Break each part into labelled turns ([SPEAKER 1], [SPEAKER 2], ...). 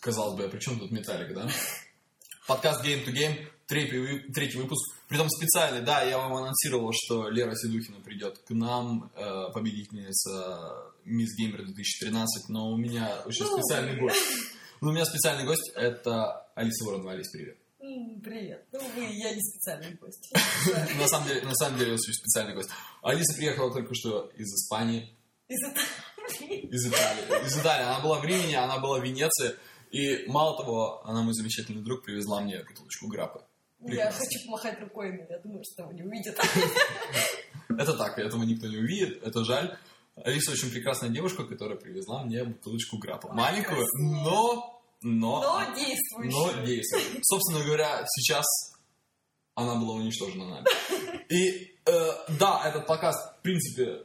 [SPEAKER 1] Казалось бы, а при чем тут металлик, да? Подкаст Game to Game, третий, вы- третий выпуск. Притом специальный, да, я вам анонсировал, что Лера Седухина придет к нам, э, победительница Мисс Геймер 2013, но у меня очень
[SPEAKER 2] Ну.
[SPEAKER 1] специальный гость. Но у меня специальный гость, это Алиса Воронова. Алис, привет.
[SPEAKER 2] М, Привет. Ну, вы, я не специальный гость.
[SPEAKER 1] На самом деле, на самом деле, у нас есть специальный гость. Алиса приехала только что из Испании,
[SPEAKER 2] Из Италии.
[SPEAKER 1] из Италии. Из Италии. Она была в Риме, она была в Венеции. И мало того, она, мой замечательный друг, привезла мне бутылочку граппы.
[SPEAKER 2] Я
[SPEAKER 1] Прекрасно.
[SPEAKER 2] хочу помахать рукой, но я думаю, что его не увидят.
[SPEAKER 1] Это так, этого никто не увидит, это жаль. Алиса очень прекрасная девушка, которая привезла мне бутылочку граппы.
[SPEAKER 2] Ой,
[SPEAKER 1] Маленькую,
[SPEAKER 2] красиво.
[SPEAKER 1] но... Но...
[SPEAKER 2] Но
[SPEAKER 1] А, Но
[SPEAKER 2] действующий.
[SPEAKER 1] действует. Собственно говоря, сейчас она была уничтожена нами. И э, да, этот подкаст, в принципе,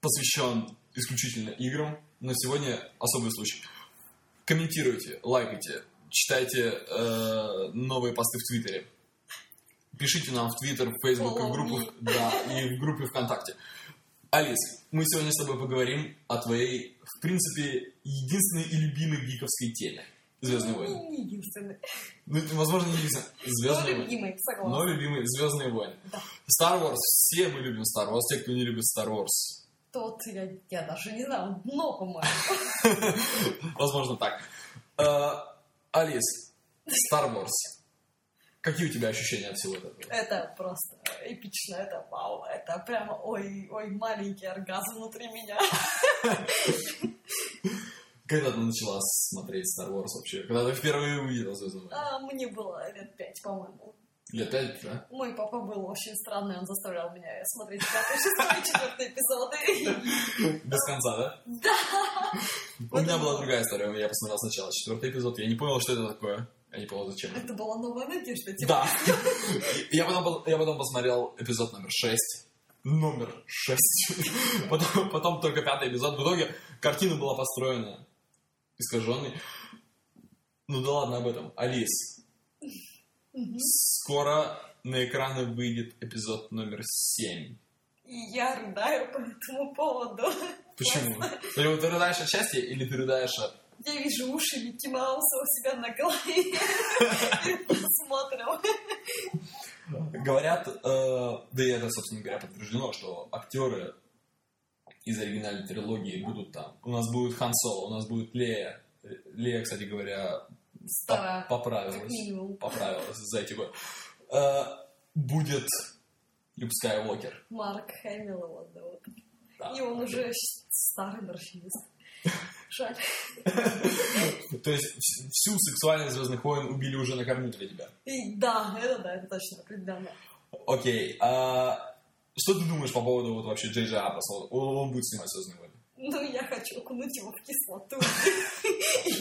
[SPEAKER 1] посвящен исключительно играм, но сегодня особый случай. Комментируйте, лайкайте, читайте э, новые посты в Твиттере. Пишите нам в Твиттер, в Фейсбук, и в
[SPEAKER 2] Follow
[SPEAKER 1] группах, да, и в группе ВКонтакте. Алис, мы сегодня с тобой поговорим о твоей, в принципе, единственной и любимой гиковской теме. Звездные войны.
[SPEAKER 2] Не единственный.
[SPEAKER 1] Ну, это, возможно, не единственная.
[SPEAKER 2] Но
[SPEAKER 1] Звездные войны.
[SPEAKER 2] любимый,
[SPEAKER 1] Но
[SPEAKER 2] согласна.
[SPEAKER 1] любимые Звездные войны.
[SPEAKER 2] Да.
[SPEAKER 1] Star Wars. Все мы любим Star Wars. Те, кто не любит Star Wars.
[SPEAKER 2] Тот, я, я даже не знаю, дно, по-моему.
[SPEAKER 1] Возможно, так. Э, Алис, Star Wars. Какие у тебя ощущения от всего этого?
[SPEAKER 2] Это просто эпично, это вау, это прямо, ой, ой, маленький оргазм внутри меня.
[SPEAKER 1] Когда ты начала смотреть Star Wars вообще? Когда ты впервые увидела Звездные войны?
[SPEAKER 2] А, мне было лет пять, по-моему.
[SPEAKER 1] Лет пять, да?
[SPEAKER 2] Мой папа был очень странный, он заставлял меня смотреть пятый, шестой, четвертый эпизоды.
[SPEAKER 1] Без конца, да? Да! У меня была другая история. Я посмотрел сначала четвертый эпизод. Я не понял, что это такое. Я не понял, зачем.
[SPEAKER 2] Это была новая надежда, типа.
[SPEAKER 1] Да. Я потом, пос- я потом посмотрел эпизод номер 6. Номер 6. Потом, потом только пятый эпизод. В итоге картина была построена искаженной. Ну да ладно об этом. Алис,
[SPEAKER 2] Мгм.
[SPEAKER 1] скоро на экраны выйдет эпизод номер 7.
[SPEAKER 2] И я рыдаю по этому поводу.
[SPEAKER 1] Почему? Ты, ты рыдаешь от счастья или ты рыдаешь от...
[SPEAKER 2] Я вижу уши Микки Мауса у себя на голове. Смотрим.
[SPEAKER 1] Говорят, э, да и это, собственно говоря, подтверждено, что актеры из оригинальной трилогии будут там. У нас будет Хан Соло, у нас будет Лея. Лея, кстати говоря,
[SPEAKER 2] Стара.
[SPEAKER 1] поп-
[SPEAKER 2] Как
[SPEAKER 1] поправилась.
[SPEAKER 2] минимум.
[SPEAKER 1] Поправилась за эти годы. Э, будет Люк Скайуокер.
[SPEAKER 2] Марк Хэмилл его зовут.
[SPEAKER 1] Да.
[SPEAKER 2] И он уже щ- старый морщинист. Жаль.
[SPEAKER 1] То есть вс- всю сексуальность Звездных войн убили уже накормили для тебя.
[SPEAKER 2] И да, это да, это точно определенно.
[SPEAKER 1] Окей. а что ты думаешь по поводу вот вообще Джей Джей Абраса? Он, он будет снимать Звездные войны.
[SPEAKER 2] Ну, я хочу окунуть его в кислоту.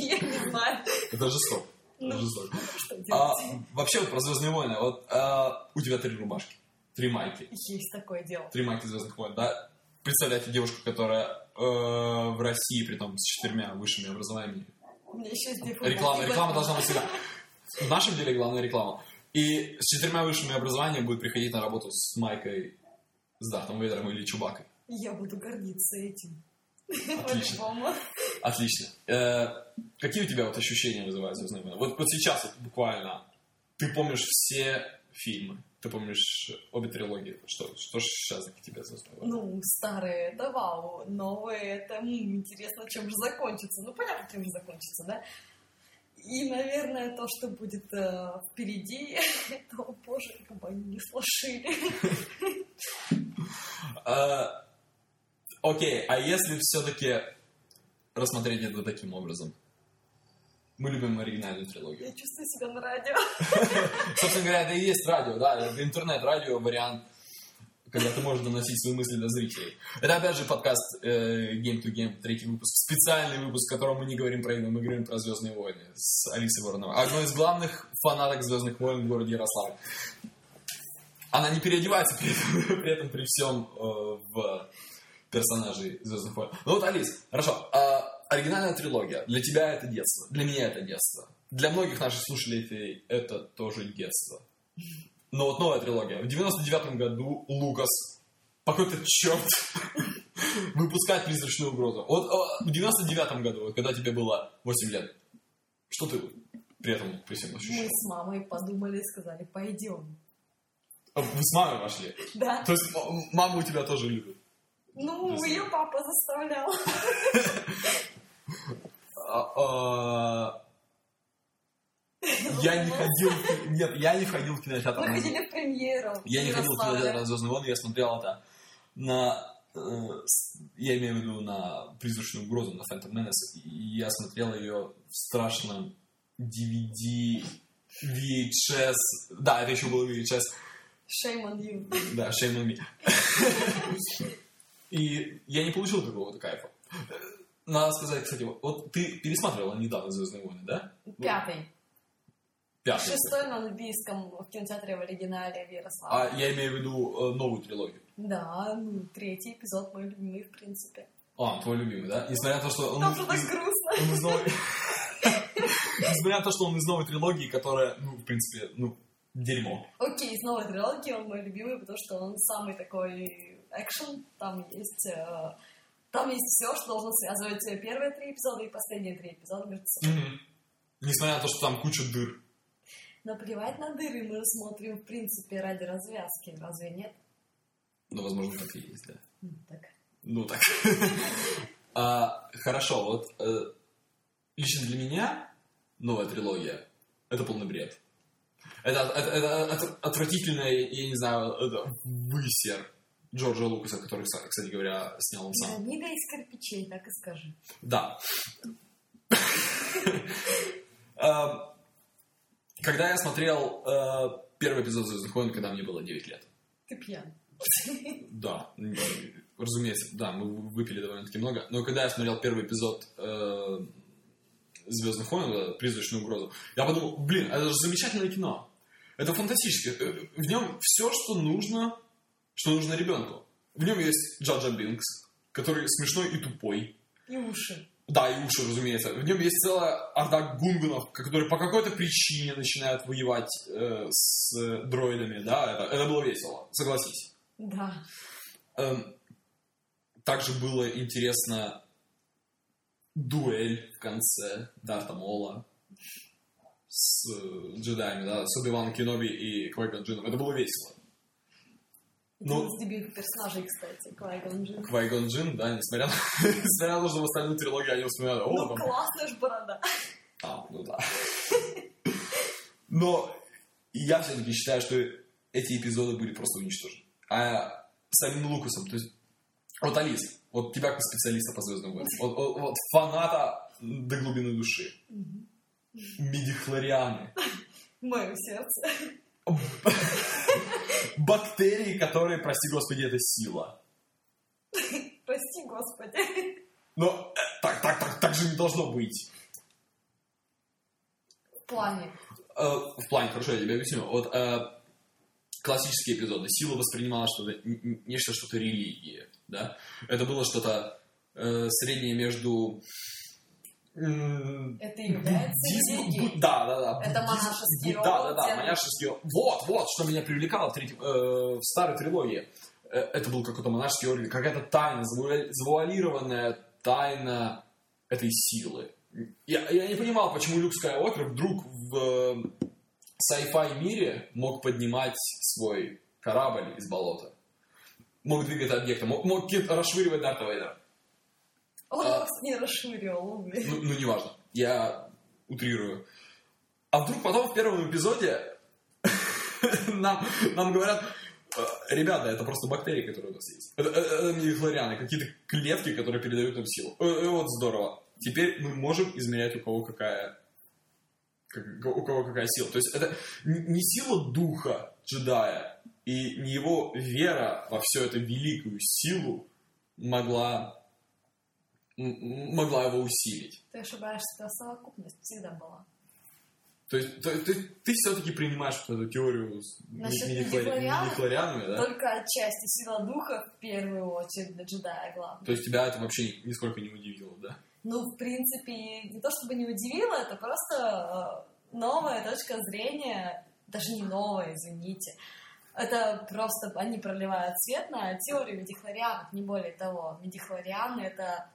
[SPEAKER 2] Я не знаю,
[SPEAKER 1] Это жестоко. Это
[SPEAKER 2] Ну.
[SPEAKER 1] жестоко.
[SPEAKER 2] что
[SPEAKER 1] А,
[SPEAKER 2] делать.
[SPEAKER 1] вообще вот про Звездные войны. Вот а, у тебя три рубашки, три майки,
[SPEAKER 2] Есть такое дело.
[SPEAKER 1] три майки Звездных войн, да? Представляете девушку, которая э, в России, при том с четырьмя высшими образованиями.
[SPEAKER 2] У меня еще есть
[SPEAKER 1] Реклама, реклама должна быть всегда. В нашем деле главная реклама. И с четырьмя высшими образованиями будет приходить на работу с майкой с Дартом Вейдером или Чубакой.
[SPEAKER 2] Я буду гордиться этим.
[SPEAKER 1] Отлично.
[SPEAKER 2] По-любому.
[SPEAKER 1] Отлично. Э, какие у тебя вот ощущения вызывают Звездные войны? Вот, вот сейчас вот буквально ты помнишь все фильмы, ты помнишь обе трилогии. Что, что ж сейчас к тебе Звездные войны?
[SPEAKER 2] Ну, старые это вау, новые это м, интересно, чем же закончится. Ну, понятно, чем же закончится, да? И, наверное, то, что будет э, впереди, это, о боже, как бы они не сложили.
[SPEAKER 1] Э, окей, а если все-таки рассмотреть это таким образом? Мы любим оригинальную трилогию.
[SPEAKER 2] Я чувствую себя на радио.
[SPEAKER 1] Собственно говоря, это и есть радио, да, это интернет-радио вариант, когда ты можешь доносить свои мысли до зрителей. Это опять же подкаст э, Game to Game, третий выпуск, специальный выпуск, в котором мы не говорим про игры, мы говорим про Звездные войны с Алисой Вороновой. Одной из главных фанаток Звездных войн в городе Ярославль. Она не переодевается при этом, при, этом, при всем э, в персонажей Звездных войн. Ну вот, Алис, хорошо. а оригинальная трилогия. Для тебя это детство. Для меня это детство. Для многих наших слушателей это, это тоже детство. Но вот новая трилогия. В 99 году Лукас по какой-то черт а, выпускает призрачную угрозу. Вот э, в 99 году, вот когда тебе было 8 лет, Что ты при этом при всем
[SPEAKER 2] Мы
[SPEAKER 1] ощущаешь?
[SPEAKER 2] с мамой подумали и сказали, пойдем.
[SPEAKER 1] А Вы с мамой пошли.
[SPEAKER 2] Да.
[SPEAKER 1] То есть м- мама у тебя тоже любит.
[SPEAKER 2] Ну,
[SPEAKER 1] Интересно.
[SPEAKER 2] ее папа заставлял.
[SPEAKER 1] А, а, Я не ходил... в- Нет, я не ходил в кинотеатр.
[SPEAKER 2] Мы ходили в премьеру.
[SPEAKER 1] Я не ходил в
[SPEAKER 2] Ярославля.
[SPEAKER 1] кинотеатр на «Звездные войны», я смотрел это на... э, с- Я имею в виду на «Призрачную угрозу», на «Phantom Menace», и я смотрел ее в страшном DVD, VHS, да, это еще был VHS,
[SPEAKER 2] Shame on you.
[SPEAKER 1] да, shame on me. И я не получил какого-то кайфа. Надо сказать, кстати, вот- вот ты пересматривала недавно «Звездные войны», да?
[SPEAKER 2] Пятый.
[SPEAKER 1] Пятый.
[SPEAKER 2] Шестой на английском в кинотеатре в оригинале в Ярославле.
[SPEAKER 1] А я имею в виду э, новую трилогию.
[SPEAKER 2] Да, ну, третий эпизод мой любимый, в принципе.
[SPEAKER 1] А, твой любимый, да? Несмотря на то, что он...
[SPEAKER 2] Там же так грустно.
[SPEAKER 1] Он из новой... Несмотря на то, что он из новой трилогии, которая, ну, в принципе, ну, дерьмо.
[SPEAKER 2] Окей, из новой трилогии он мой любимый, потому что он самый такой экшен. Там есть... э, Там есть все, что должно связывать э, первые три эпизода и последние три эпизода между собой.
[SPEAKER 1] Несмотря на то, что там куча дыр.
[SPEAKER 2] Наплевать на дыры мы смотрим, в принципе, ради развязки. Разве нет?
[SPEAKER 1] Ну, возможно, так и есть, да.
[SPEAKER 2] Ну, Так.
[SPEAKER 1] Ну, так. А, Хорошо, вот э, лично для меня новая трилогия — это полный бред. Это, это- это от- отвратительное, я не знаю, это высер Джорджа Лукаса, который, кстати говоря, снял он сам.
[SPEAKER 2] Пирамида из кирпичей, так и скажи.
[SPEAKER 1] Да. Эм, Когда я смотрел э, первый эпизод «Звездных войн», когда мне было 9 лет.
[SPEAKER 2] Ты пьян.
[SPEAKER 1] Да, м, разумеется, да, мы выпили довольно-таки много. Но когда я смотрел первый эпизод э, «Звездных войн», э, «Призрачную угрозу», я подумал, блин, это же замечательное кино. Это фантастически. Э, В нем все, что нужно, что нужно ребенку. В нем есть Джаджа Бинкс, который смешной и тупой.
[SPEAKER 2] И уши.
[SPEAKER 1] Да, и уши, разумеется. В нем есть целая орда гунгунов, которые по какой-то причине начинают воевать э, с э, дроидами. Да, это, это было весело, согласись.
[SPEAKER 2] Да.
[SPEAKER 1] Эм, также было интересно дуэль в конце Дарта Мола с э, джедаями, да, с Оби-Ваном Кеноби и Квайгон Джином. Это было весело. Ну-
[SPEAKER 2] Один из любимых персонажей, кстати, Квайгон Джин.
[SPEAKER 1] Квайгон Джин, да, несмотря на, несмотря на то, что в остальной трилогии они вспоминали, о,
[SPEAKER 2] Ну,
[SPEAKER 1] там
[SPEAKER 2] классная ж борода.
[SPEAKER 1] А, ну да. Но я все-таки считаю, что эти эпизоды были просто уничтожены. А самим Лукасом, то есть... Вот Алис, вот тебя как специалиста по «Звездным войнам», вот, вот- вот фаната до глубины души,
[SPEAKER 2] Мгм.
[SPEAKER 1] мидихлорианы,
[SPEAKER 2] В моем сердце.
[SPEAKER 1] бактерии, которые, прости господи, это сила.
[SPEAKER 2] Прости, Господи.
[SPEAKER 1] Но э, так, так, так, так же не должно быть.
[SPEAKER 2] В плане.
[SPEAKER 1] Э, в плане, хорошо, я тебе объясню. Вот э, классические эпизоды. Сила воспринимала что-то, н- н- нечто, что-то религии, да? Это было что-то э, среднее между... м,
[SPEAKER 2] Это является
[SPEAKER 1] буддизмом-
[SPEAKER 2] религией.
[SPEAKER 1] бу- Да, да, да.
[SPEAKER 2] Это
[SPEAKER 1] буддизм-
[SPEAKER 2] монашеский
[SPEAKER 1] бу- Да, да, да,
[SPEAKER 2] орден.
[SPEAKER 1] монашеский орден. Вот, вот, что меня привлекало в, третьем, э, в старой трилогии. Э, Это был какой-то монашеский орден, какая-то тайна, завуа- завуалированная тайна этой силы. Я, я не понимал, почему Люк Скайуокер вдруг в э, sci-fi мире мог поднимать свой корабль из болота. Мог двигать объектом, мог, мог ки- расшвыривать Дарта Вейдера.
[SPEAKER 2] Он
[SPEAKER 1] А.
[SPEAKER 2] вас не расширил, увы.
[SPEAKER 1] Ну, ну, неважно, я утрирую. А вдруг потом в первом эпизоде нам, нам говорят, «Э, ребята, это просто бактерии, которые у нас есть. Это, это- это не хлорианы, какие-то клетки, которые передают нам силу. Э, э, вот здорово. Теперь мы можем измерять, у кого какая как- у кого какая сила. То есть это н- не сила духа джедая, и не его вера во всю эту великую силу могла, м- м- могла его усилить.
[SPEAKER 2] Ты ошибаешься, это совокупность всегда была.
[SPEAKER 1] То есть то- то есть ты все-таки принимаешь вот эту теорию с
[SPEAKER 2] Насчет
[SPEAKER 1] мини- мини-хлори-
[SPEAKER 2] мидихлорианов?
[SPEAKER 1] мидихлорианами, да?
[SPEAKER 2] Только отчасти сила духа, в первую очередь, для джедая главное.
[SPEAKER 1] То есть тебя это вообще ни- нисколько не удивило, да?
[SPEAKER 2] Ну, в принципе, не то чтобы не удивило, это просто э, новая точка зрения, даже не новая, извините. Это просто они проливают свет на теорию медихлорианов, не более того. Медихлорианы — это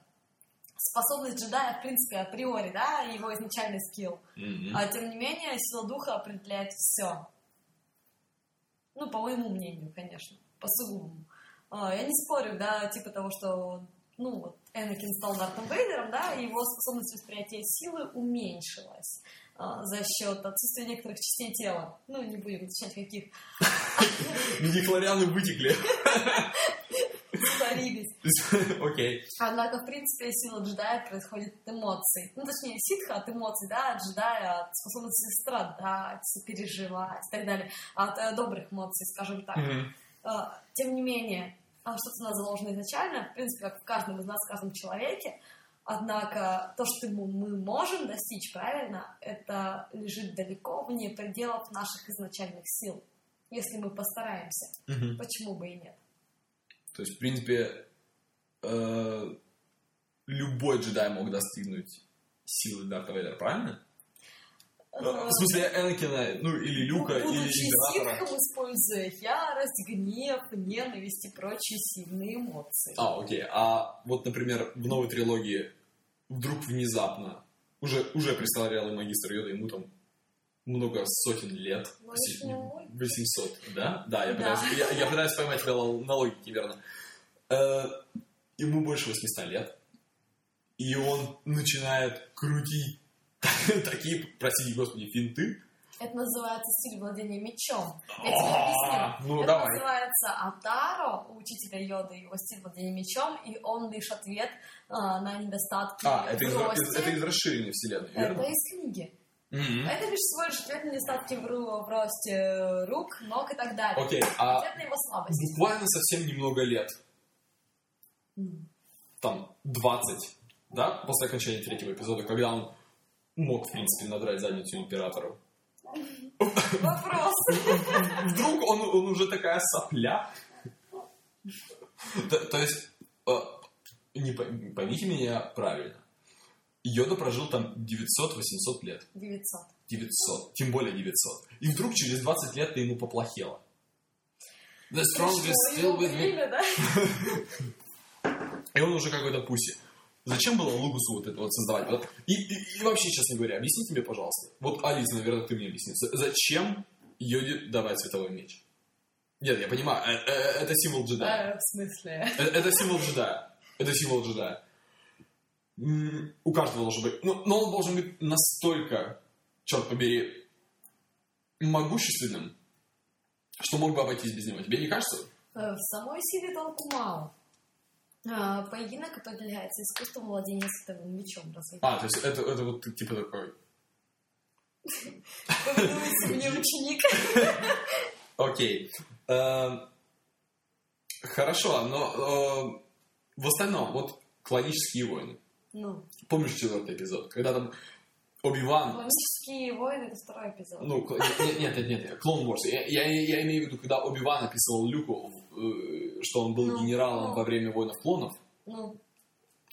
[SPEAKER 2] способность джедая, в принципе, априори, да, его изначальный скилл.
[SPEAKER 1] Мгм.
[SPEAKER 2] А тем не менее, сила духа определяет все. Ну, по моему мнению, конечно, по сугубому. А, Я не спорю, да, типа того, что, ну, вот Энакин стал Дартом Вейдером, да, и его способность восприятия силы уменьшилась а, за счет отсутствия некоторых частей тела. Ну, не будем уточнять, каких
[SPEAKER 1] Мидихлорианы вытекли.
[SPEAKER 2] сварились.
[SPEAKER 1] Окей.
[SPEAKER 2] Однако, в принципе, сила джедая происходит от эмоций. Ну, точнее, ситха от эмоций, да, от джедая, от способности страдать, переживать и так далее. От э, добрых эмоций, скажем так.
[SPEAKER 1] Мгм.
[SPEAKER 2] А, Тем не менее, а что-то у нас заложено изначально, в принципе, как в каждом из нас, в каждом человеке. Однако то, что мы- мы можем достичь правильно, это лежит далеко вне пределов наших изначальных сил. Если мы постараемся,
[SPEAKER 1] Мгм.
[SPEAKER 2] почему бы и нет?
[SPEAKER 1] То есть, в принципе, э, любой джедай мог достигнуть силы Дарта Вейдера, правильно? Э, В смысле, Энакина, ну, или Люка, или
[SPEAKER 2] Будучи
[SPEAKER 1] Императора.
[SPEAKER 2] ситхом, используя ярость, гнев, ненависть и прочие сильные эмоции.
[SPEAKER 1] А, окей. А вот, например, в новой трилогии вдруг внезапно уже, уже престарелый магистр Йода, ему там много сотен лет.
[SPEAKER 2] Ну,
[SPEAKER 1] Се-
[SPEAKER 2] не мой.
[SPEAKER 1] 800, да? Да, я
[SPEAKER 2] Да.
[SPEAKER 1] пытаюсь, я- я пытаюсь поймать тебя на на логике, верно. Э, Ему больше 800 лет, и он начинает крутить такие, простите господи, финты.
[SPEAKER 2] Это называется стиль владения мечом. Я тебе объясню.
[SPEAKER 1] А, Ну,
[SPEAKER 2] это
[SPEAKER 1] давай.
[SPEAKER 2] называется Атаро, у учителя Йода, его стиль владения мечом, и он лишь ответ а, на недостатки
[SPEAKER 1] А, это из,
[SPEAKER 2] в росте.
[SPEAKER 1] это из расширенной вселенной,
[SPEAKER 2] Это
[SPEAKER 1] верно?
[SPEAKER 2] из книги.
[SPEAKER 1] Мгм.
[SPEAKER 2] Это лишь всего лишь ответ на недостатки в, ру- в росте рук, ног и так далее.
[SPEAKER 1] Окей, а
[SPEAKER 2] Ответ на его слабость.
[SPEAKER 1] буквально совсем немного лет,
[SPEAKER 2] М.
[SPEAKER 1] там, 20, да, после окончания третьего эпизода, когда он мог, в принципе, надрать задницу императору. А
[SPEAKER 2] Вопрос.
[SPEAKER 1] Вдруг он, он уже такая сопля. То, то есть, э, не по- не поймите меня правильно. Йода прожил там 900-800 лет.
[SPEAKER 2] 900.
[SPEAKER 1] 900, тем более 900. И вдруг через 20 лет ты ему поплохело. The strongest
[SPEAKER 2] Пришло
[SPEAKER 1] still
[SPEAKER 2] его
[SPEAKER 1] with me.
[SPEAKER 2] время, да?
[SPEAKER 1] И он уже какой-то пуси. Зачем было Лугусу вот это вот создавать? Вот. И, и- и вообще, честно говоря, объясните мне, пожалуйста. Вот, Алиса, наверное, ты мне объясни. за- Зачем Йоде давать световой меч? Нет, я понимаю, э- э- это символ джедая.
[SPEAKER 2] Э, В смысле?
[SPEAKER 1] Э, Это символ джедая. Это символ джедая. М, У каждого должен быть. Ну, но он должен быть настолько, черт побери, могущественным, что мог бы обойтись без него. Тебе не кажется?
[SPEAKER 2] Э, В самой силе толку мало. А, Поединок определяется искусством владения световым мечом. Разве
[SPEAKER 1] А, то есть это, это вот ты типа такой.
[SPEAKER 2] повинуется мне ученик?
[SPEAKER 1] Окей. Эм, Хорошо, но э, в остальном, вот клонические войны.
[SPEAKER 2] Ну,
[SPEAKER 1] Помнишь четвертый эпизод, когда там Оби-Ван...
[SPEAKER 2] «Клонические войны» — это второй эпизод.
[SPEAKER 1] Ну, кл- нет, нет, нет, нет, Клон Ворс. Я, я- я имею в виду, когда Оби-Ван описывал Люку, э, что он был
[SPEAKER 2] Ну,
[SPEAKER 1] генералом
[SPEAKER 2] ну.
[SPEAKER 1] во время войнов клонов.
[SPEAKER 2] Ну,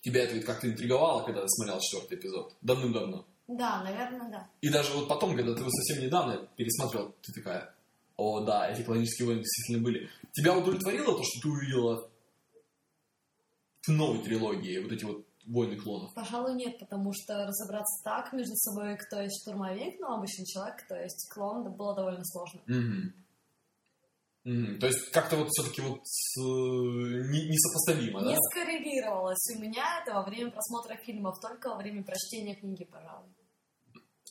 [SPEAKER 1] Тебя это ведь как-то интриговало, когда ты смотрел четвертый эпизод. Давным-давно.
[SPEAKER 2] да, наверное, да.
[SPEAKER 1] И даже вот потом, когда ты его совсем недавно пересмотрел, ты такая, о, да, эти клонические войны действительно были. Тебя удовлетворило то, что ты увидела в новой трилогии вот эти вот войны клонов?
[SPEAKER 2] Пожалуй, нет, потому что разобраться так между собой, кто есть штурмовик, ну, обычный человек, кто есть клон, да, было довольно сложно.
[SPEAKER 1] Мгм. Мгм. То есть как-то вот все-таки вот э, не- несопоставимо, да?
[SPEAKER 2] Не скоррелировалось у меня это во время просмотра фильмов, только во время прочтения книги, пожалуй.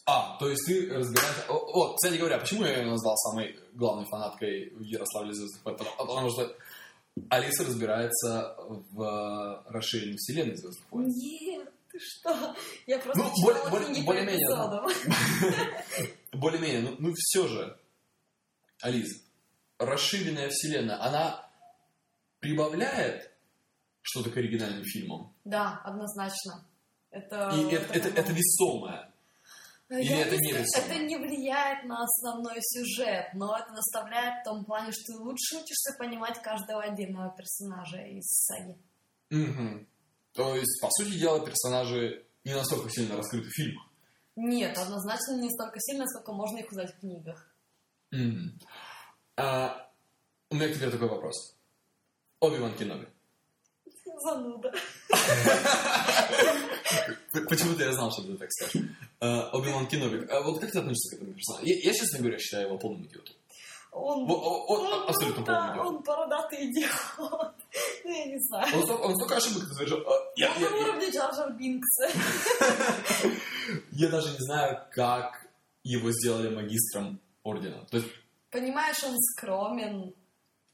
[SPEAKER 1] А, то есть ты разбираешься... О, о, кстати говоря, почему я ее назвал самой главной фанаткой в Ярославле звездных? войн? Потому, потому что Алиса разбирается в э, расширенной вселенной звездных войн.
[SPEAKER 2] Нет, ты что? Я просто
[SPEAKER 1] Ну,
[SPEAKER 2] читала
[SPEAKER 1] более-
[SPEAKER 2] книги
[SPEAKER 1] более-
[SPEAKER 2] по
[SPEAKER 1] более-менее, да.
[SPEAKER 2] эпизодам.
[SPEAKER 1] более-менее, ну, все же, Алис, расширенная вселенная, она прибавляет что-то к оригинальным фильмам?
[SPEAKER 2] Да, однозначно. Это,
[SPEAKER 1] И это, А, это, это
[SPEAKER 2] нормально.
[SPEAKER 1] весомое.
[SPEAKER 2] Я
[SPEAKER 1] или это не
[SPEAKER 2] скажу,
[SPEAKER 1] весомо?
[SPEAKER 2] это не влияет на основной сюжет, но это доставляет в том плане, что ты лучше учишься понимать каждого отдельного персонажа из саги.
[SPEAKER 1] Мгм. То есть, по сути дела, персонажи не настолько сильно раскрыты в фильмах.
[SPEAKER 2] Нет, однозначно не столько сильно, сколько можно их узнать в книгах.
[SPEAKER 1] Мгм. А, у меня к тебе такой вопрос. Оби-Ван Кеноби.
[SPEAKER 2] Зануда.
[SPEAKER 1] Почему-то я знал, что ты так скажешь. Э, Оби-Ван Кеноби. А Вот как ты относишься к этому персонажу? Я, я, честно говоря, считаю его полным идиотом.
[SPEAKER 2] Он,
[SPEAKER 1] Во- о- о-
[SPEAKER 2] он-
[SPEAKER 1] абсолютно полным
[SPEAKER 2] да,
[SPEAKER 1] идиотом.
[SPEAKER 2] он бородатый идиот. Ну, я не знаю.
[SPEAKER 1] Он столько, он столько ошибок совершил. А, Я,
[SPEAKER 2] Он
[SPEAKER 1] я-
[SPEAKER 2] на
[SPEAKER 1] я-
[SPEAKER 2] уровне Джар Джар Бинкса.
[SPEAKER 1] я даже не знаю, как его сделали магистром ордена. То есть
[SPEAKER 2] Понимаешь, он скромен.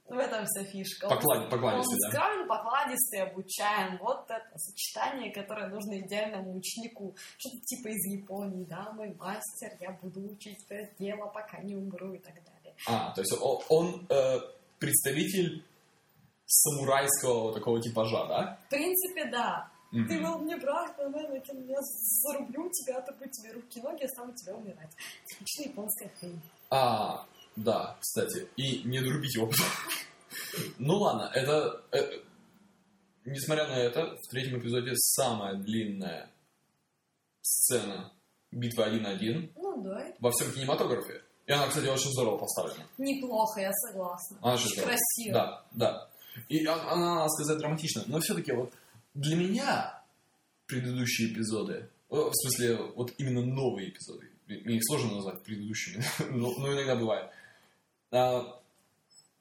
[SPEAKER 2] В этом вся фишка. Он-
[SPEAKER 1] поклад,
[SPEAKER 2] Он
[SPEAKER 1] покладистый, да?
[SPEAKER 2] скромен, покладистый, Ну, обучаем. Вот это сочетание, которое нужно идеальному ученику. Что-то типа из Японии, да, мой мастер, я буду учить это дело, пока не умру и так далее.
[SPEAKER 1] А, то есть он, он, э, представитель самурайского вот такого типажа, да?
[SPEAKER 2] В принципе, да.
[SPEAKER 1] Мгм.
[SPEAKER 2] Ты был мне брат, но Энакин, я зарублю тебя, отрублю тебе руки и ноги, оставлю тебя умирать. Типичная японская хрень.
[SPEAKER 1] А, да, кстати. И не друбить его. Ну ладно, это... э, Несмотря на это, в третьем эпизоде самая длинная сцена битвы 1-1
[SPEAKER 2] Ну да,
[SPEAKER 1] во всем кинематографе. И она, кстати, очень здорово поставлена.
[SPEAKER 2] неплохо, я согласна.
[SPEAKER 1] Она же
[SPEAKER 2] Очень
[SPEAKER 1] здорово.
[SPEAKER 2] красиво.
[SPEAKER 1] Да, да. И он- она, надо сказать, драматична. Но все-таки вот для меня предыдущие эпизоды, э, в смысле, вот именно новые эпизоды, мне их сложно назвать предыдущими, но, но иногда бывает. А,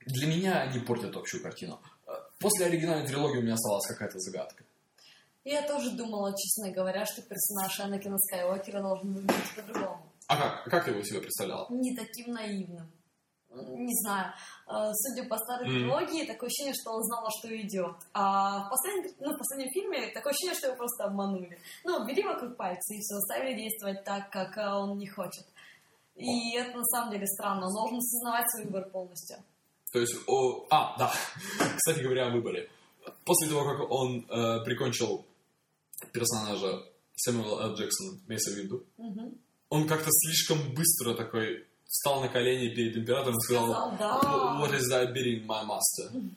[SPEAKER 1] Для меня они портят общую картину. А, После оригинальной трилогии у меня осталась какая-то загадка.
[SPEAKER 2] Я тоже думала, честно говоря, что персонаж Энакина Скайуокера должен выглядеть по-другому.
[SPEAKER 1] А как, как ты его себе представляла?
[SPEAKER 2] не таким наивным. Не знаю. Э, Судя по старой
[SPEAKER 1] Мгм.
[SPEAKER 2] трилогии, такое ощущение, что он знал, что идет. А в последнем, ну, в последнем фильме такое ощущение, что его просто обманули. Ну, бери вокруг пальца и все, заставили действовать так, как э, он не хочет. И это на самом деле странно. Он должен осознавать свой выбор полностью.
[SPEAKER 1] То есть, о- а, да, кстати говоря, о выборе. После того, как он э, прикончил персонажа Сэмюэла Л. Джексона, Мейса Винду,
[SPEAKER 2] Мгм.
[SPEAKER 1] он как-то слишком быстро такой встал на колени перед императором и сказал,
[SPEAKER 2] Сказал, да.
[SPEAKER 1] What is that beating my master?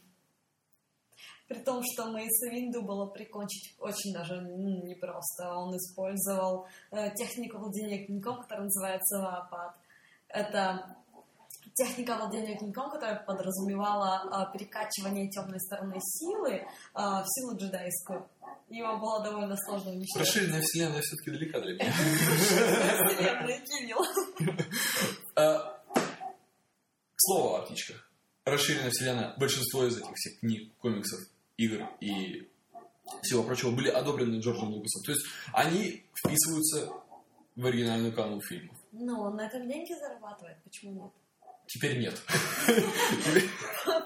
[SPEAKER 2] При том, что Мейса Винду было прикончить очень даже м, непросто. Он использовал э, технику владения клинком, которая называется вапат. Это техника владения клинком, которая подразумевала э, перекачивание темной стороны силы э, в силу джедайскую. Его было довольно сложно уничтожить.
[SPEAKER 1] Расширенная вселенная все-таки далека для меня.
[SPEAKER 2] Вселенная Кирилл.
[SPEAKER 1] Э, К слову о птичках. Расширенная вселенная. Большинство из этих всех книг, комиксов, игр и всего прочего были одобрены Джорджем Лукасом. То есть они вписываются в оригинальную канву фильмов.
[SPEAKER 2] Ну, он на этом деньги зарабатывает, почему нет?
[SPEAKER 1] Теперь нет.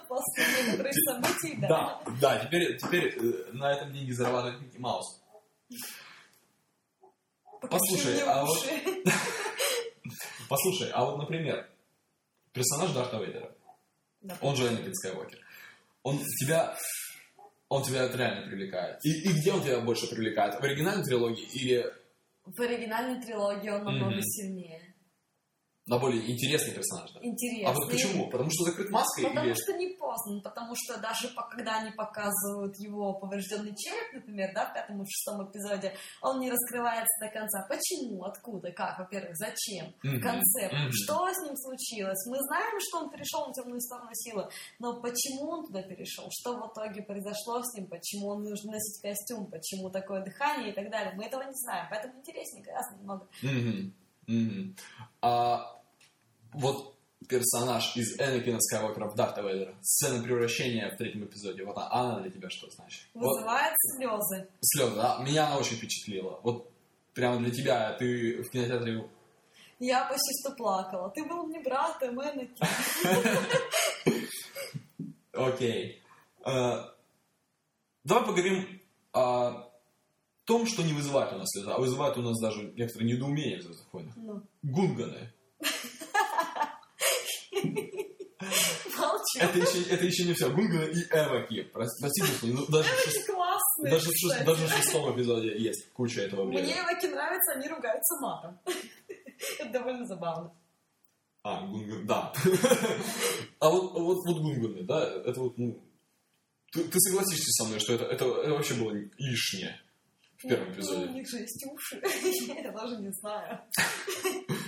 [SPEAKER 2] После некоторых событий, да.
[SPEAKER 1] Да, да, теперь, теперь э, на этом деньги зарабатывает Микки Маус. Послушай,
[SPEAKER 2] Покажи мне
[SPEAKER 1] а вот-
[SPEAKER 2] уши.
[SPEAKER 1] Послушай, а вот, например, персонаж Дарта Вейдера,
[SPEAKER 2] Да.
[SPEAKER 1] он же Энакин Скайуокер, он тебя, он тебя реально привлекает. И, и где он тебя больше привлекает? В оригинальной трилогии или
[SPEAKER 2] В оригинальной трилогии он намного
[SPEAKER 1] Мгм.
[SPEAKER 2] сильнее.
[SPEAKER 1] на более интересный персонаж? да?
[SPEAKER 2] Интересно.
[SPEAKER 1] А вот почему? Потому что закрыт маской?
[SPEAKER 2] Потому
[SPEAKER 1] Или...
[SPEAKER 2] что не поздно, потому что даже по- когда они показывают его поврежденный череп, например, да, в пятом и шестом эпизоде, он не раскрывается до конца. Почему, откуда, как, во-первых, зачем,
[SPEAKER 1] Мгм,
[SPEAKER 2] концепт,
[SPEAKER 1] мгм.
[SPEAKER 2] что с ним случилось. Мы знаем, что он перешел на темную сторону силы, но почему он туда перешел, что в итоге произошло с ним, почему он нужно носить костюм, почему такое дыхание и так далее, мы этого не знаем, поэтому интересненько, раз немного.
[SPEAKER 1] Мгм, мгм. А вот персонаж из Энакина Скайуокера в Дарта Вейдера, сцена превращения в третьем эпизоде, вот она, она для тебя что значит? Вот
[SPEAKER 2] Вызывает слезы.
[SPEAKER 1] слезы, да? Меня она очень впечатлила. Вот прямо для тебя, ты в кинотеатре
[SPEAKER 2] Я почти что плакала. Ты был мне братом, Энакин.
[SPEAKER 1] Окей. Э, Давай поговорим о том, что не вызывает у нас слезы, а вызывает у нас даже некоторые недоумения в «Звездных войнах».
[SPEAKER 2] Ну,
[SPEAKER 1] Гунганы.
[SPEAKER 2] молчу.
[SPEAKER 1] Это еще, это еще не все. Гунганы и эвоки. Прости, господи, ну, даже, в шест-
[SPEAKER 2] Очень классные,
[SPEAKER 1] даже, в шест-
[SPEAKER 2] кстати.
[SPEAKER 1] даже в шестом эпизоде есть куча этого
[SPEAKER 2] Мне
[SPEAKER 1] времени.
[SPEAKER 2] эвоки нравятся, они ругаются матом. Это довольно забавно.
[SPEAKER 1] А, гунганы, да. А вот, вот, вот гунганы, да, это вот, ну... Ты, ты согласишься со мной, что это, это, это вообще было лишнее. в первом
[SPEAKER 2] Ну, У
[SPEAKER 1] эпизоде.
[SPEAKER 2] них же есть уши. Я даже не знаю.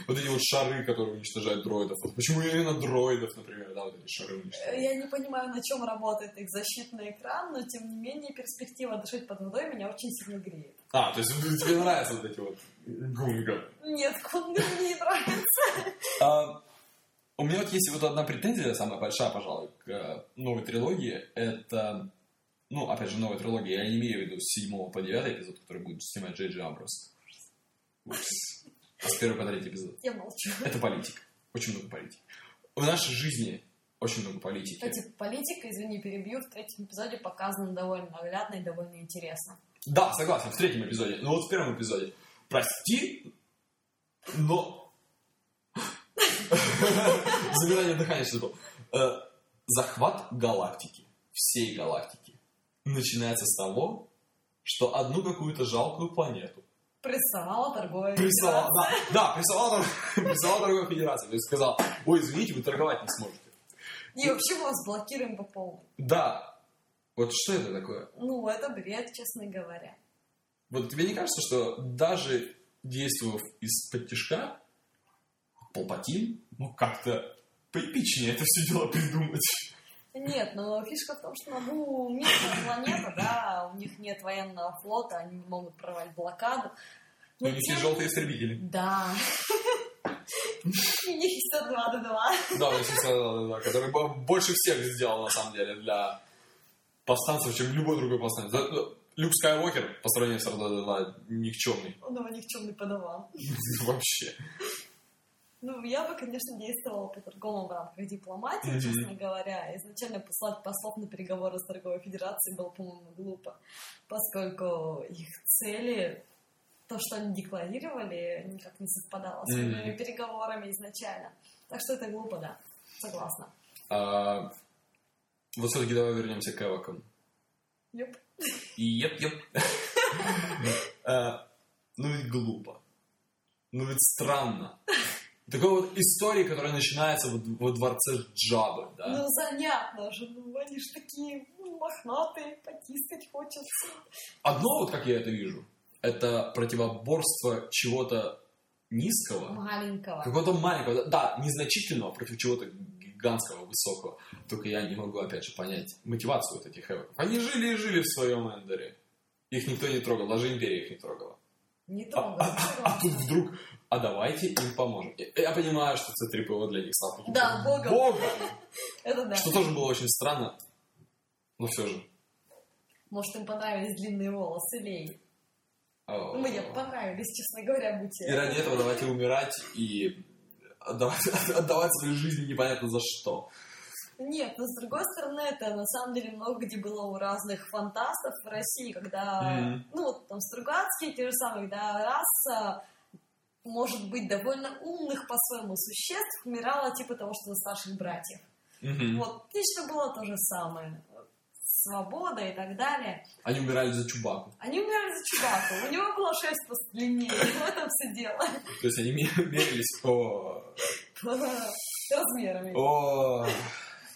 [SPEAKER 1] Вот эти вот шары, которые уничтожают дроидов. Вот почему именно дроидов, например, да, вот эти шары
[SPEAKER 2] Э,
[SPEAKER 1] уничтожают?
[SPEAKER 2] Я не понимаю, на чем работает их защитный экран, но тем не менее перспектива дышать под водой меня очень сильно греет.
[SPEAKER 1] А, то есть тебе нравятся вот эти вот гунга.
[SPEAKER 2] Нет, кунга мне не нравится.
[SPEAKER 1] А, у меня вот есть вот одна претензия, самая большая, пожалуй, к э, новой трилогии. Это, ну, опять же, новая трилогия. Я не имею в виду с 7 по 9 эпизод, который будет снимать Джей Джей Аброс. Ужас. А с 1 по 3 эпизод.
[SPEAKER 2] Я молчу.
[SPEAKER 1] Это политика. Очень много политики. В нашей жизни очень много политики.
[SPEAKER 2] Кстати, типа, политика, извини, перебью, в третьем эпизоде показана довольно наглядно и довольно интересно.
[SPEAKER 1] Да, согласен, в третьем эпизоде. Но вот в первом эпизоде. Прости, но... Замирание дыхания что такое. Э, Захват галактики, всей галактики, начинается с того, что одну какую-то жалкую планету
[SPEAKER 2] Прессовала торговая
[SPEAKER 1] присылал, да, да, присылал, присылал другой федерации. То есть сказал, ой, извините, вы торговать не сможете.
[SPEAKER 2] И вообще мы вас блокируем по полной.
[SPEAKER 1] Да, вот что это такое?
[SPEAKER 2] Ну, это бред, честно говоря.
[SPEAKER 1] Вот тебе не кажется, что даже действовав из-под тяжка, Палпатин мог как-то поэпичнее это все дело придумать?
[SPEAKER 2] Нет, но фишка в том, что ну, мирная планета, да, а у них нет военного флота, они не могут провалить блокаду.
[SPEAKER 1] У
[SPEAKER 2] Но
[SPEAKER 1] них
[SPEAKER 2] тем-
[SPEAKER 1] есть Ну, желтые истребители.
[SPEAKER 2] Да. У них есть 102 до 2.
[SPEAKER 1] Да, у них есть, да, да, да, который бо- больше всех сделал, на самом деле, для повстанцев, чем любой другой повстанец. Да, да, Люк Скайуокер, по сравнению с р никчемный.
[SPEAKER 2] Он его никчемный подавал.
[SPEAKER 1] Вообще.
[SPEAKER 2] Ну, я бы, конечно, действовала по-другому в рамках дипломатии,
[SPEAKER 1] Мгм.
[SPEAKER 2] честно говоря. Изначально послать послов на переговоры с Торговой Федерацией было, по-моему, глупо, поскольку их цели, то, что они декларировали, никак не совпадало с
[SPEAKER 1] Мгм.
[SPEAKER 2] прямыми переговорами изначально. Так что это глупо, да. Согласна.
[SPEAKER 1] А, вот все-таки давай вернемся к Эвокам.
[SPEAKER 2] Юп.
[SPEAKER 1] И еп-еп. Э, Ну ведь глупо. Ну ведь странно. Такой вот истории, которая начинается во дв- во дворце Джабы, да?
[SPEAKER 2] Ну, занятно же, ну, они же такие ну, мохнатые, потискать хочется.
[SPEAKER 1] Одно, вот как я это вижу, это противоборство чего-то низкого,
[SPEAKER 2] Маленького.
[SPEAKER 1] какого-то маленького, да, незначительного против чего-то гигантского, высокого. Только я не могу, опять же, понять мотивацию вот этих эвоков. Они жили и жили в своем Эндере. Их никто не трогал, даже Империя их не трогала.
[SPEAKER 2] Не
[SPEAKER 1] А,
[SPEAKER 2] трогай.
[SPEAKER 1] а- а тут вдруг, а давайте им поможем. Я, я понимаю, что это 3 ПО для них стал каким-то
[SPEAKER 2] Да, богом. Это да.
[SPEAKER 1] Что тоже было очень странно, но все же.
[SPEAKER 2] Может, им понравились длинные волосы Лей.
[SPEAKER 1] О.
[SPEAKER 2] Мне понравились, честно говоря, будьте.
[SPEAKER 1] А, И ради этого давайте умирать и отдавать, отдавать свою жизнь непонятно за что.
[SPEAKER 2] Нет, но с другой стороны, это на самом деле много где было у разных фантастов в России, когда,
[SPEAKER 1] Мгм.
[SPEAKER 2] ну, вот там Стругацкие, те же самые, да, раса, может быть, довольно умных по-своему существ, умирала типа того, что за старших братьев.
[SPEAKER 1] Мгм.
[SPEAKER 2] Вот, лично было то же самое. Свобода и так далее.
[SPEAKER 1] Они умирали за Чубаку.
[SPEAKER 2] Они умирали за Чубаку. У него была шерсть просто длиннее. В этом все дело.
[SPEAKER 1] То есть они ме- мерились по...
[SPEAKER 2] Размерами
[SPEAKER 1] о,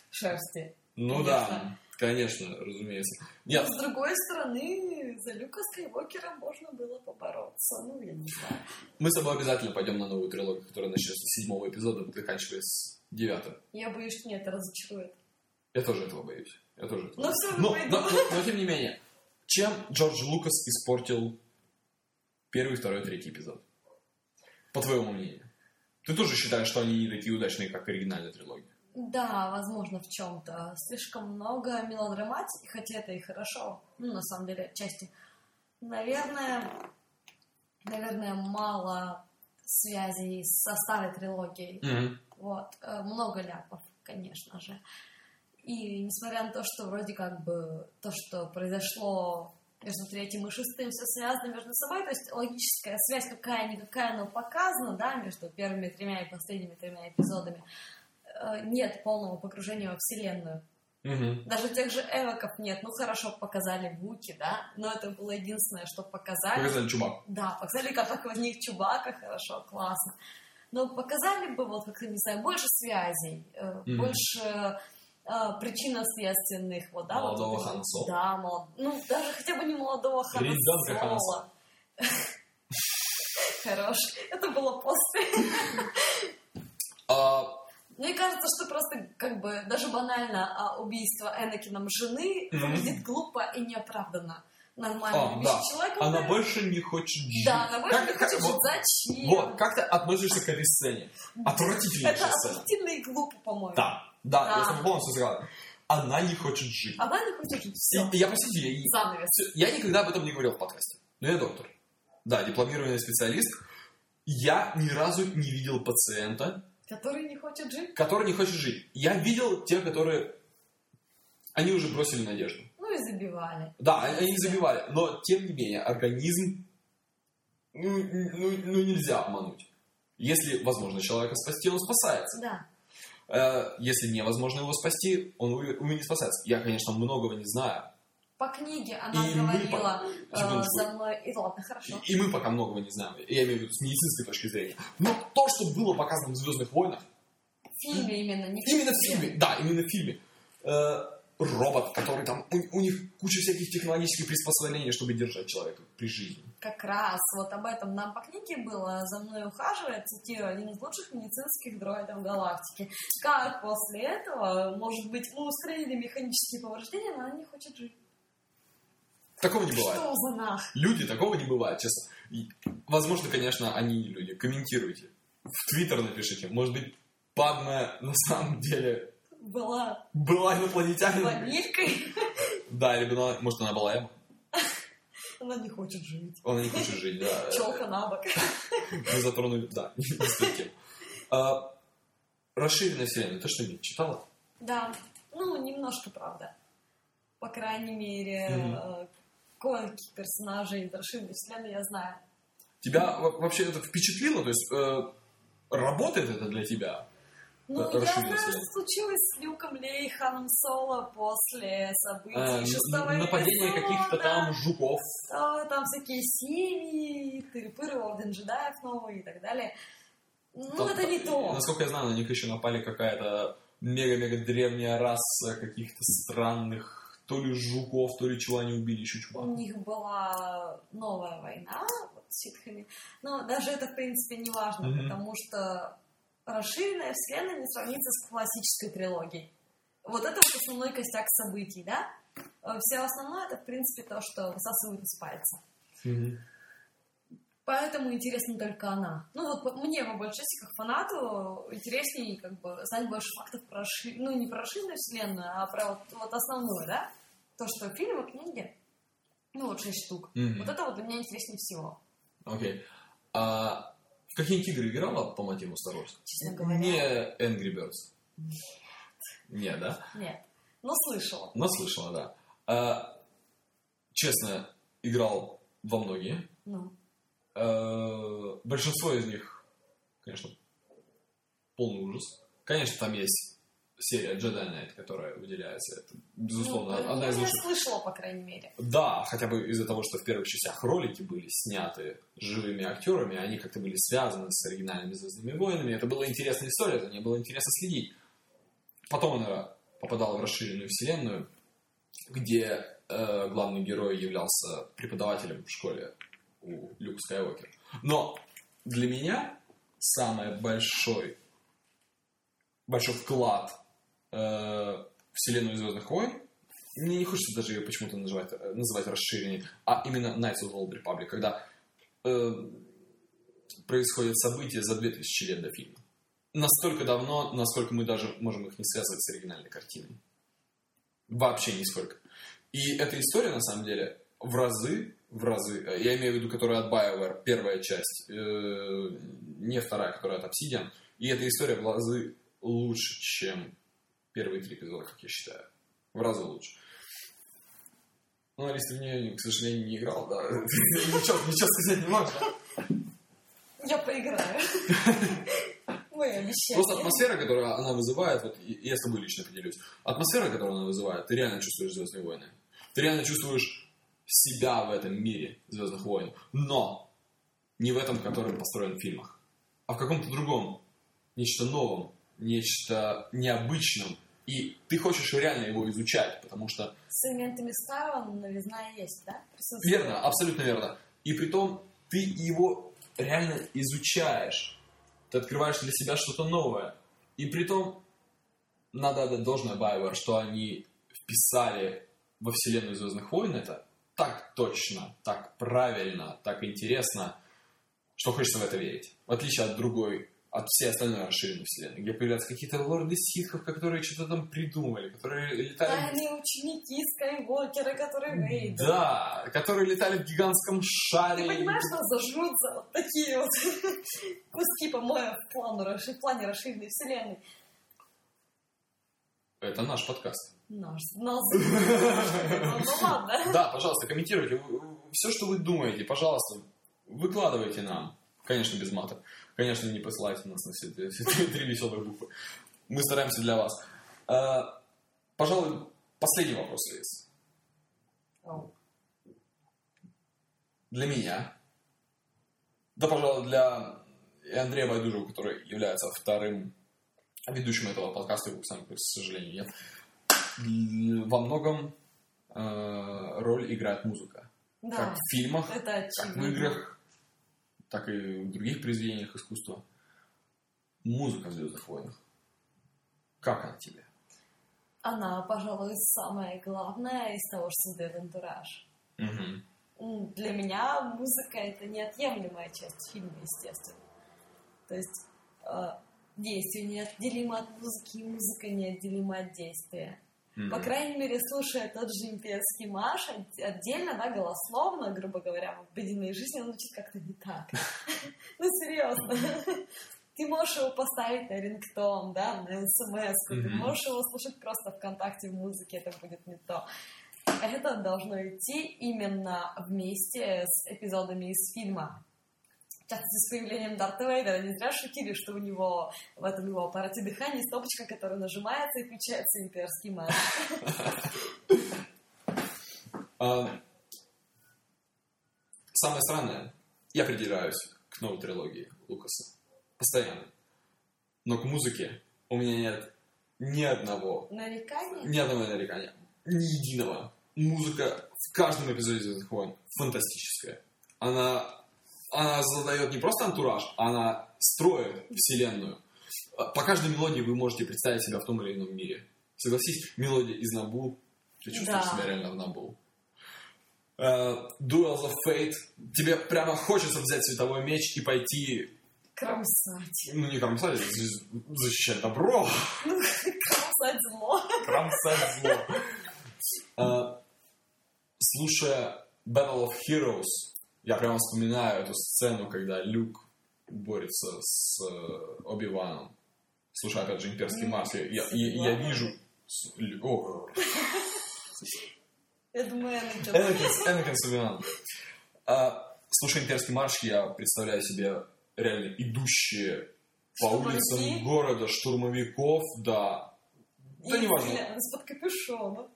[SPEAKER 2] шерсти.
[SPEAKER 1] Ну да, конечно, разумеется.
[SPEAKER 2] Но
[SPEAKER 1] Нет,
[SPEAKER 2] с другой стороны, за Люка Скайуокера можно было побороться. Ну, я не знаю.
[SPEAKER 1] мы с тобой обязательно пойдем на новую трилогию, которая начнется с седьмого эпизода, заканчивая с девятого.
[SPEAKER 2] Я боюсь, что меня это разочарует.
[SPEAKER 1] Я тоже этого боюсь. Я тоже этого
[SPEAKER 2] Ну, всё, мы
[SPEAKER 1] но,
[SPEAKER 2] пойдем.
[SPEAKER 1] но- но- но тем не менее, чем Джордж Лукас испортил первый, второй, третий эпизод? По твоему мнению. Ты тоже считаешь, что они не такие удачные, как оригинальная трилогия?
[SPEAKER 2] Да, возможно, в чем-то. Слишком много мелодраматики, хотя это и хорошо. Ну, на самом деле, отчасти. Наверное, наверное, мало связей со старой трилогией. Вот. Э, Много ляпов, конечно же. И несмотря на то, что вроде как бы то, что произошло между третьим и шестым, все связано между собой, то есть логическая связь какая-никакая, но показана, да, между первыми тремя и последними тремя эпизодами, Э, нет полного погружения во вселенную.
[SPEAKER 1] Мгм.
[SPEAKER 2] Даже тех же эвоков нет. Ну, хорошо, показали Буки, да, но это было единственное, что показали.
[SPEAKER 1] Показали Чубаку.
[SPEAKER 2] Да, показали, как возник Чубака, хорошо, классно. Но показали бы, вот как-то, не знаю, больше связей, э,
[SPEAKER 1] Мгм.
[SPEAKER 2] больше э, причинно-следственных, вот, да?
[SPEAKER 1] Молодого
[SPEAKER 2] вот, этих-
[SPEAKER 1] Хана Соло.
[SPEAKER 2] Да, молод... ну, даже хотя бы не молодого Хана
[SPEAKER 1] Ребенка Хана
[SPEAKER 2] Соло. Хорош. Это было после.
[SPEAKER 1] А,
[SPEAKER 2] Мне кажется, что просто как бы даже банально а, убийство Энакином жены
[SPEAKER 1] Мгм.
[SPEAKER 2] выглядит глупо и неоправданно. Нормально.
[SPEAKER 1] А,
[SPEAKER 2] Любящий
[SPEAKER 1] да.
[SPEAKER 2] человек,
[SPEAKER 1] она
[SPEAKER 2] который-
[SPEAKER 1] больше не хочет жить.
[SPEAKER 2] Да, она больше
[SPEAKER 1] Как-
[SPEAKER 2] не
[SPEAKER 1] как-
[SPEAKER 2] хочет
[SPEAKER 1] вот-
[SPEAKER 2] жить. Зачем?
[SPEAKER 1] Вот, А как ты относишься к этой сцене?
[SPEAKER 2] Это
[SPEAKER 1] Отвратительнейшая сцена.
[SPEAKER 2] отвратительно и глупо, по-моему.
[SPEAKER 1] Да, да, я с тобой
[SPEAKER 2] Да.
[SPEAKER 1] полностью согласен. Она не хочет жить.
[SPEAKER 2] Она не А хочет жить.
[SPEAKER 1] И-
[SPEAKER 2] Все.
[SPEAKER 1] и я, простите, я,
[SPEAKER 2] Занавес.
[SPEAKER 1] Всё, Я никогда об этом не говорил в подкасте. Но я доктор. Да, дипломированный специалист. Я ни разу не видел пациента,
[SPEAKER 2] Который не хочет жить.
[SPEAKER 1] который не хочет жить. Я видел тех, которые... Они уже бросили надежду.
[SPEAKER 2] Ну и забивали.
[SPEAKER 1] Да, а, они- они забивали. Но, тем не менее, организм... Ну, ну- ну, нельзя обмануть. Если возможно человека спасти, он спасается.
[SPEAKER 2] Да.
[SPEAKER 1] Э, Если невозможно его спасти, он у- у меня не спасается. Я, конечно, многого не знаю.
[SPEAKER 2] По книге она
[SPEAKER 1] И мы
[SPEAKER 2] говорила
[SPEAKER 1] по-
[SPEAKER 2] э,
[SPEAKER 1] секундочку.
[SPEAKER 2] за мной. И ладно, хорошо.
[SPEAKER 1] И, и мы пока многого не знаем. Я имею в виду с медицинской точки зрения. Но то, что было показано в «Звездных войнах»,
[SPEAKER 2] В фильме именно. Не
[SPEAKER 1] именно в фильме, да, именно в фильме, э, робот, который там, у, у них куча всяких технологических приспособлений, чтобы держать человека при жизни.
[SPEAKER 2] Как раз вот об этом нам по книге было. За мной ухаживает, цитирую, один из лучших медицинских дроидов галактики. Как после этого, может быть, мы устранили механические повреждения, но она не хочет жить.
[SPEAKER 1] Такого не бывает.
[SPEAKER 2] Что за нах?
[SPEAKER 1] Люди, такого не бывает, честно. И, возможно, конечно, они не люди. Комментируйте. В Твиттер напишите. Может быть, Падна на самом деле
[SPEAKER 2] Была
[SPEAKER 1] была инопланетянина?
[SPEAKER 2] ванилькой,
[SPEAKER 1] Да, или была- может, она была Эма?
[SPEAKER 2] она не хочет жить.
[SPEAKER 1] Она не хочет жить, да.
[SPEAKER 2] Челка на бок.
[SPEAKER 1] Мы затронули, да, не стоит тему. А, Расширенная вселенная, ты что-нибудь читала?
[SPEAKER 2] Да, ну, немножко, правда. По крайней мере,
[SPEAKER 1] Мгм.
[SPEAKER 2] э, кое-каких персонажей вершины вселенной я знаю.
[SPEAKER 1] Тебя во- вообще это впечатлило? То есть э, работает это для тебя?
[SPEAKER 2] Ну,
[SPEAKER 1] Э,
[SPEAKER 2] я
[SPEAKER 1] расширенная
[SPEAKER 2] знаю, что
[SPEAKER 1] вселенная.
[SPEAKER 2] случилось с Люком Лей и Ханом Соло после событий
[SPEAKER 1] Э,
[SPEAKER 2] шестого
[SPEAKER 1] н- нападение
[SPEAKER 2] эпизода.
[SPEAKER 1] каких-то там жуков.
[SPEAKER 2] А, там всякие семьи, тыры-пыры, Орден Джедаев новый и так далее. Ну,
[SPEAKER 1] Там-
[SPEAKER 2] это не то.
[SPEAKER 1] Насколько я знаю, на них еще напали какая-то мега-мега древняя раса каких-то странных то ли жуков, то ли чего они убили, еще
[SPEAKER 2] У
[SPEAKER 1] чего.
[SPEAKER 2] них была новая война вот, с ситхами. Но даже это, в принципе, не важно,
[SPEAKER 1] Мгм.
[SPEAKER 2] потому что расширенная вселенная не сравнится с классической трилогией. Вот это вот основной костяк событий, да? Э, Все основное это, в принципе, то, что высасывают из пальца. Поэтому интересна только она. Ну вот по- мне, по большей части, как фанату, интереснее как бы знать больше фактов про расши- ну не про расширенную вселенную, а про вот, вот основную, да? То, что фильмы, книги, ну вот шесть штук. Вот это вот для меня интереснее всего,
[SPEAKER 1] Окей. А в какие-нибудь игры играла по мотиву Star Wars?
[SPEAKER 2] честно говоря.
[SPEAKER 1] Не Angry Birds. Не, да?
[SPEAKER 2] Нет. Но слышала.
[SPEAKER 1] Но слышала, да. А, честно, играл во многие.
[SPEAKER 2] Ну,
[SPEAKER 1] Э, большинство из них, конечно, полный ужас. Конечно, там есть серия Jedi Knight, которая выделяется. Это, безусловно,
[SPEAKER 2] Ну,
[SPEAKER 1] одна из
[SPEAKER 2] я
[SPEAKER 1] лучших.
[SPEAKER 2] слышала, по крайней мере.
[SPEAKER 1] Да, хотя бы из-за того, что в первых частях ролики были сняты живыми актерами, они как-то были связаны с оригинальными «Звездными войнами». Это была интересная история, за ней было интересно следить. Потом она попадала в расширенную вселенную, где э, главный герой являлся преподавателем в школе у Люка Скайуокера. Но для меня самый большой, большой вклад э, в вселенную «Звездных войн» Мне не хочется даже ее почему-то называть, э, называть расширением, а именно Knights of the Old Republic, когда э, происходят события за 2000 лет до фильма. Настолько давно, насколько мы даже можем их не связывать с оригинальной картиной. Вообще нисколько. И эта история, на самом деле, в разы, в разы, э, я имею в виду, которая от BioWare, первая часть, э, не вторая, которая от Obsidian, и эта история в разы лучше, чем первые три эпизода, как я считаю. В разы лучше. Ну, Алис, ты в нее, к сожалению, не играл, да. Ничего, ничего сказать не можешь. да?
[SPEAKER 2] Я поиграю. Вы обещали.
[SPEAKER 1] Просто атмосфера, которую она вызывает, вот и- и я с тобой лично поделюсь, атмосфера, которую она вызывает, ты реально чувствуешь Звездные войны. Ты реально чувствуешь себя в этом мире Звездных войн, но не в этом, который построен в фильмах, а в каком-то другом, нечто новом, нечто необычном, И ты хочешь реально его изучать, потому что
[SPEAKER 2] С элементами става новизна есть, да? Присутствует?
[SPEAKER 1] Верно, абсолютно верно. И при том ты его реально изучаешь. Ты открываешь для себя что-то новое. И при том надо отдать должное Байвер, что они вписали во вселенную Звездных войн это так точно, так правильно, так интересно, что хочется в это верить. В отличие от другой, от всей остальной расширенной вселенной, где появляются какие-то лорды ситхов, которые что-то там придумали, которые летают
[SPEAKER 2] Тайные ученики Скайуокера, которые выйдут.
[SPEAKER 1] да, которые летали в гигантском шаре.
[SPEAKER 2] Ты понимаешь, что зажрутся вот такие вот куски, по-моему, в, плану, расши- в плане расширенной вселенной.
[SPEAKER 1] Это наш подкаст.
[SPEAKER 2] Наш, нас Ну ладно.
[SPEAKER 1] Да, пожалуйста, комментируйте. Все, что вы думаете, пожалуйста, выкладывайте нам. Конечно, без мата. Конечно, не посылайте нас на все эти- все эти три веселые буквы. Мы стараемся для вас. А, Пожалуй, последний вопрос, Лиз. Для меня. Да, пожалуй, для и Андрея Байдужева, который является вторым ведущим этого подкаста, его сам, к сожалению, нет. Л- Во многом э, роль играет музыка.
[SPEAKER 2] Да,
[SPEAKER 1] Как ну, в фильмах,
[SPEAKER 2] это
[SPEAKER 1] как в
[SPEAKER 2] очевидно.
[SPEAKER 1] играх, так и в других произведениях искусства. Музыка в Звездных войнах. Как она тебе?
[SPEAKER 2] Она, пожалуй, самая главная из того, что создает антураж. М, Для меня музыка — это неотъемлемая часть фильма, естественно. То есть э, действие неотделимо от музыки, и музыка неотделима от действия.
[SPEAKER 1] Мгм.
[SPEAKER 2] По крайней мере, слушая тот же имперский марш, от- отдельно, да, голословно, грубо говоря, в обыденной жизни он звучит как-то не так. Ну, серьезно. Ты можешь его поставить на рингтон, да, на смс ты
[SPEAKER 1] Мгм.
[SPEAKER 2] можешь его слушать просто ВКонтакте в музыке, это будет не то. А Это должно идти именно вместе с эпизодами из фильма. В частности, с появлением Дарта Вейдера. Не зря шутили, что у него в этом его аппарате дыхания есть кнопочка, которая нажимается и включается имперский марш.
[SPEAKER 1] А, Самое странное, я придираюсь к новой трилогии Лукаса. Постоянно. Но к музыке у меня нет ни одного,
[SPEAKER 2] Нарекания?
[SPEAKER 1] ни одного нарекания. Ни единого. Музыка в каждом эпизоде «Звездных войн» фантастическая. Она, она задает не просто антураж, она строит вселенную. А, По каждой мелодии вы можете представить себя в том или ином мире. Согласись, мелодия из Набу, ты чувствуешь
[SPEAKER 2] Да.
[SPEAKER 1] себя реально в Набу. Э, Duels of Fate. Тебе прямо хочется взять световой меч и пойти,
[SPEAKER 2] Кромсать.
[SPEAKER 1] ну не кромсать, а защищать добро.
[SPEAKER 2] Кромсать зло.
[SPEAKER 1] Кромсать зло. А, Слушая Battle of Heroes, я прямо вспоминаю эту сцену, когда Люк борется с э, Оби-Ваном. Слушай, опять же, имперский марш. Я, я- я- я вижу... с- Лю- О,
[SPEAKER 2] Я думаю, Энакин.
[SPEAKER 1] Энакин, Энакин с Оби-Ваном. А, слушая имперский марш, я представляю себе реально идущие по
[SPEAKER 2] Штурмовики?
[SPEAKER 1] улицам города штурмовиков, да, Да
[SPEAKER 2] И
[SPEAKER 1] неважно.
[SPEAKER 2] взгляд Из-под капюшона.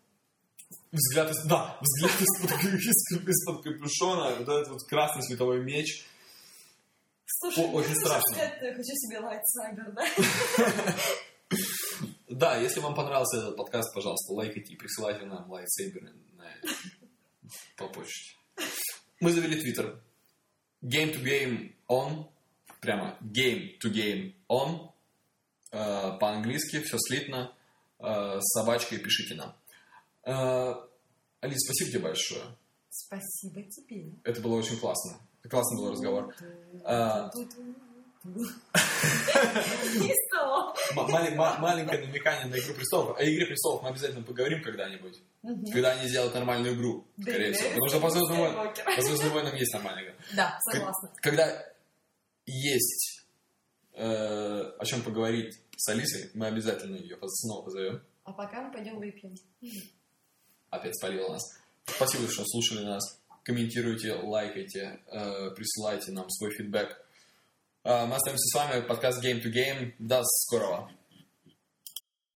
[SPEAKER 1] Взгляд из... Да, взгляд из-под, из- из-под капюшона, вот этот вот красный световой меч.
[SPEAKER 2] Слушай,
[SPEAKER 1] О- очень
[SPEAKER 2] хочешь
[SPEAKER 1] страшно.
[SPEAKER 2] сказать, я хочу себе лайтсайбер, да?
[SPEAKER 1] Да, если вам понравился этот подкаст, пожалуйста, лайкайте и присылайте нам лайтсейберы на... по почте. Мы завели твиттер. Game to game on. Прямо game to game on. Э, по-английски, все слитно. Э, с собачкой пишите нам. Э, Алис, спасибо тебе большое.
[SPEAKER 2] Спасибо тебе.
[SPEAKER 1] Это было очень классно. Классный был разговор. А.
[SPEAKER 2] И что?
[SPEAKER 1] М- мале- ма- маленькое намекание на Игру престолов. О Игре престолов мы обязательно поговорим когда-нибудь. Когда они сделают нормальную игру, скорее всего. Потому что по Звездным войнам, по «Звездным войнам» есть нормальная игра.
[SPEAKER 2] Да, согласна.
[SPEAKER 1] Когда есть э, о чем поговорить с Алисой, мы обязательно ее снова позовем.
[SPEAKER 2] А пока мы пойдем выпьем.
[SPEAKER 1] Опять спалила нас. Спасибо, что слушали нас. Комментируйте, лайкайте, э, присылайте нам свой фидбэк. Э, мы остаемся с вами. Подкаст Game to Game. До скорого.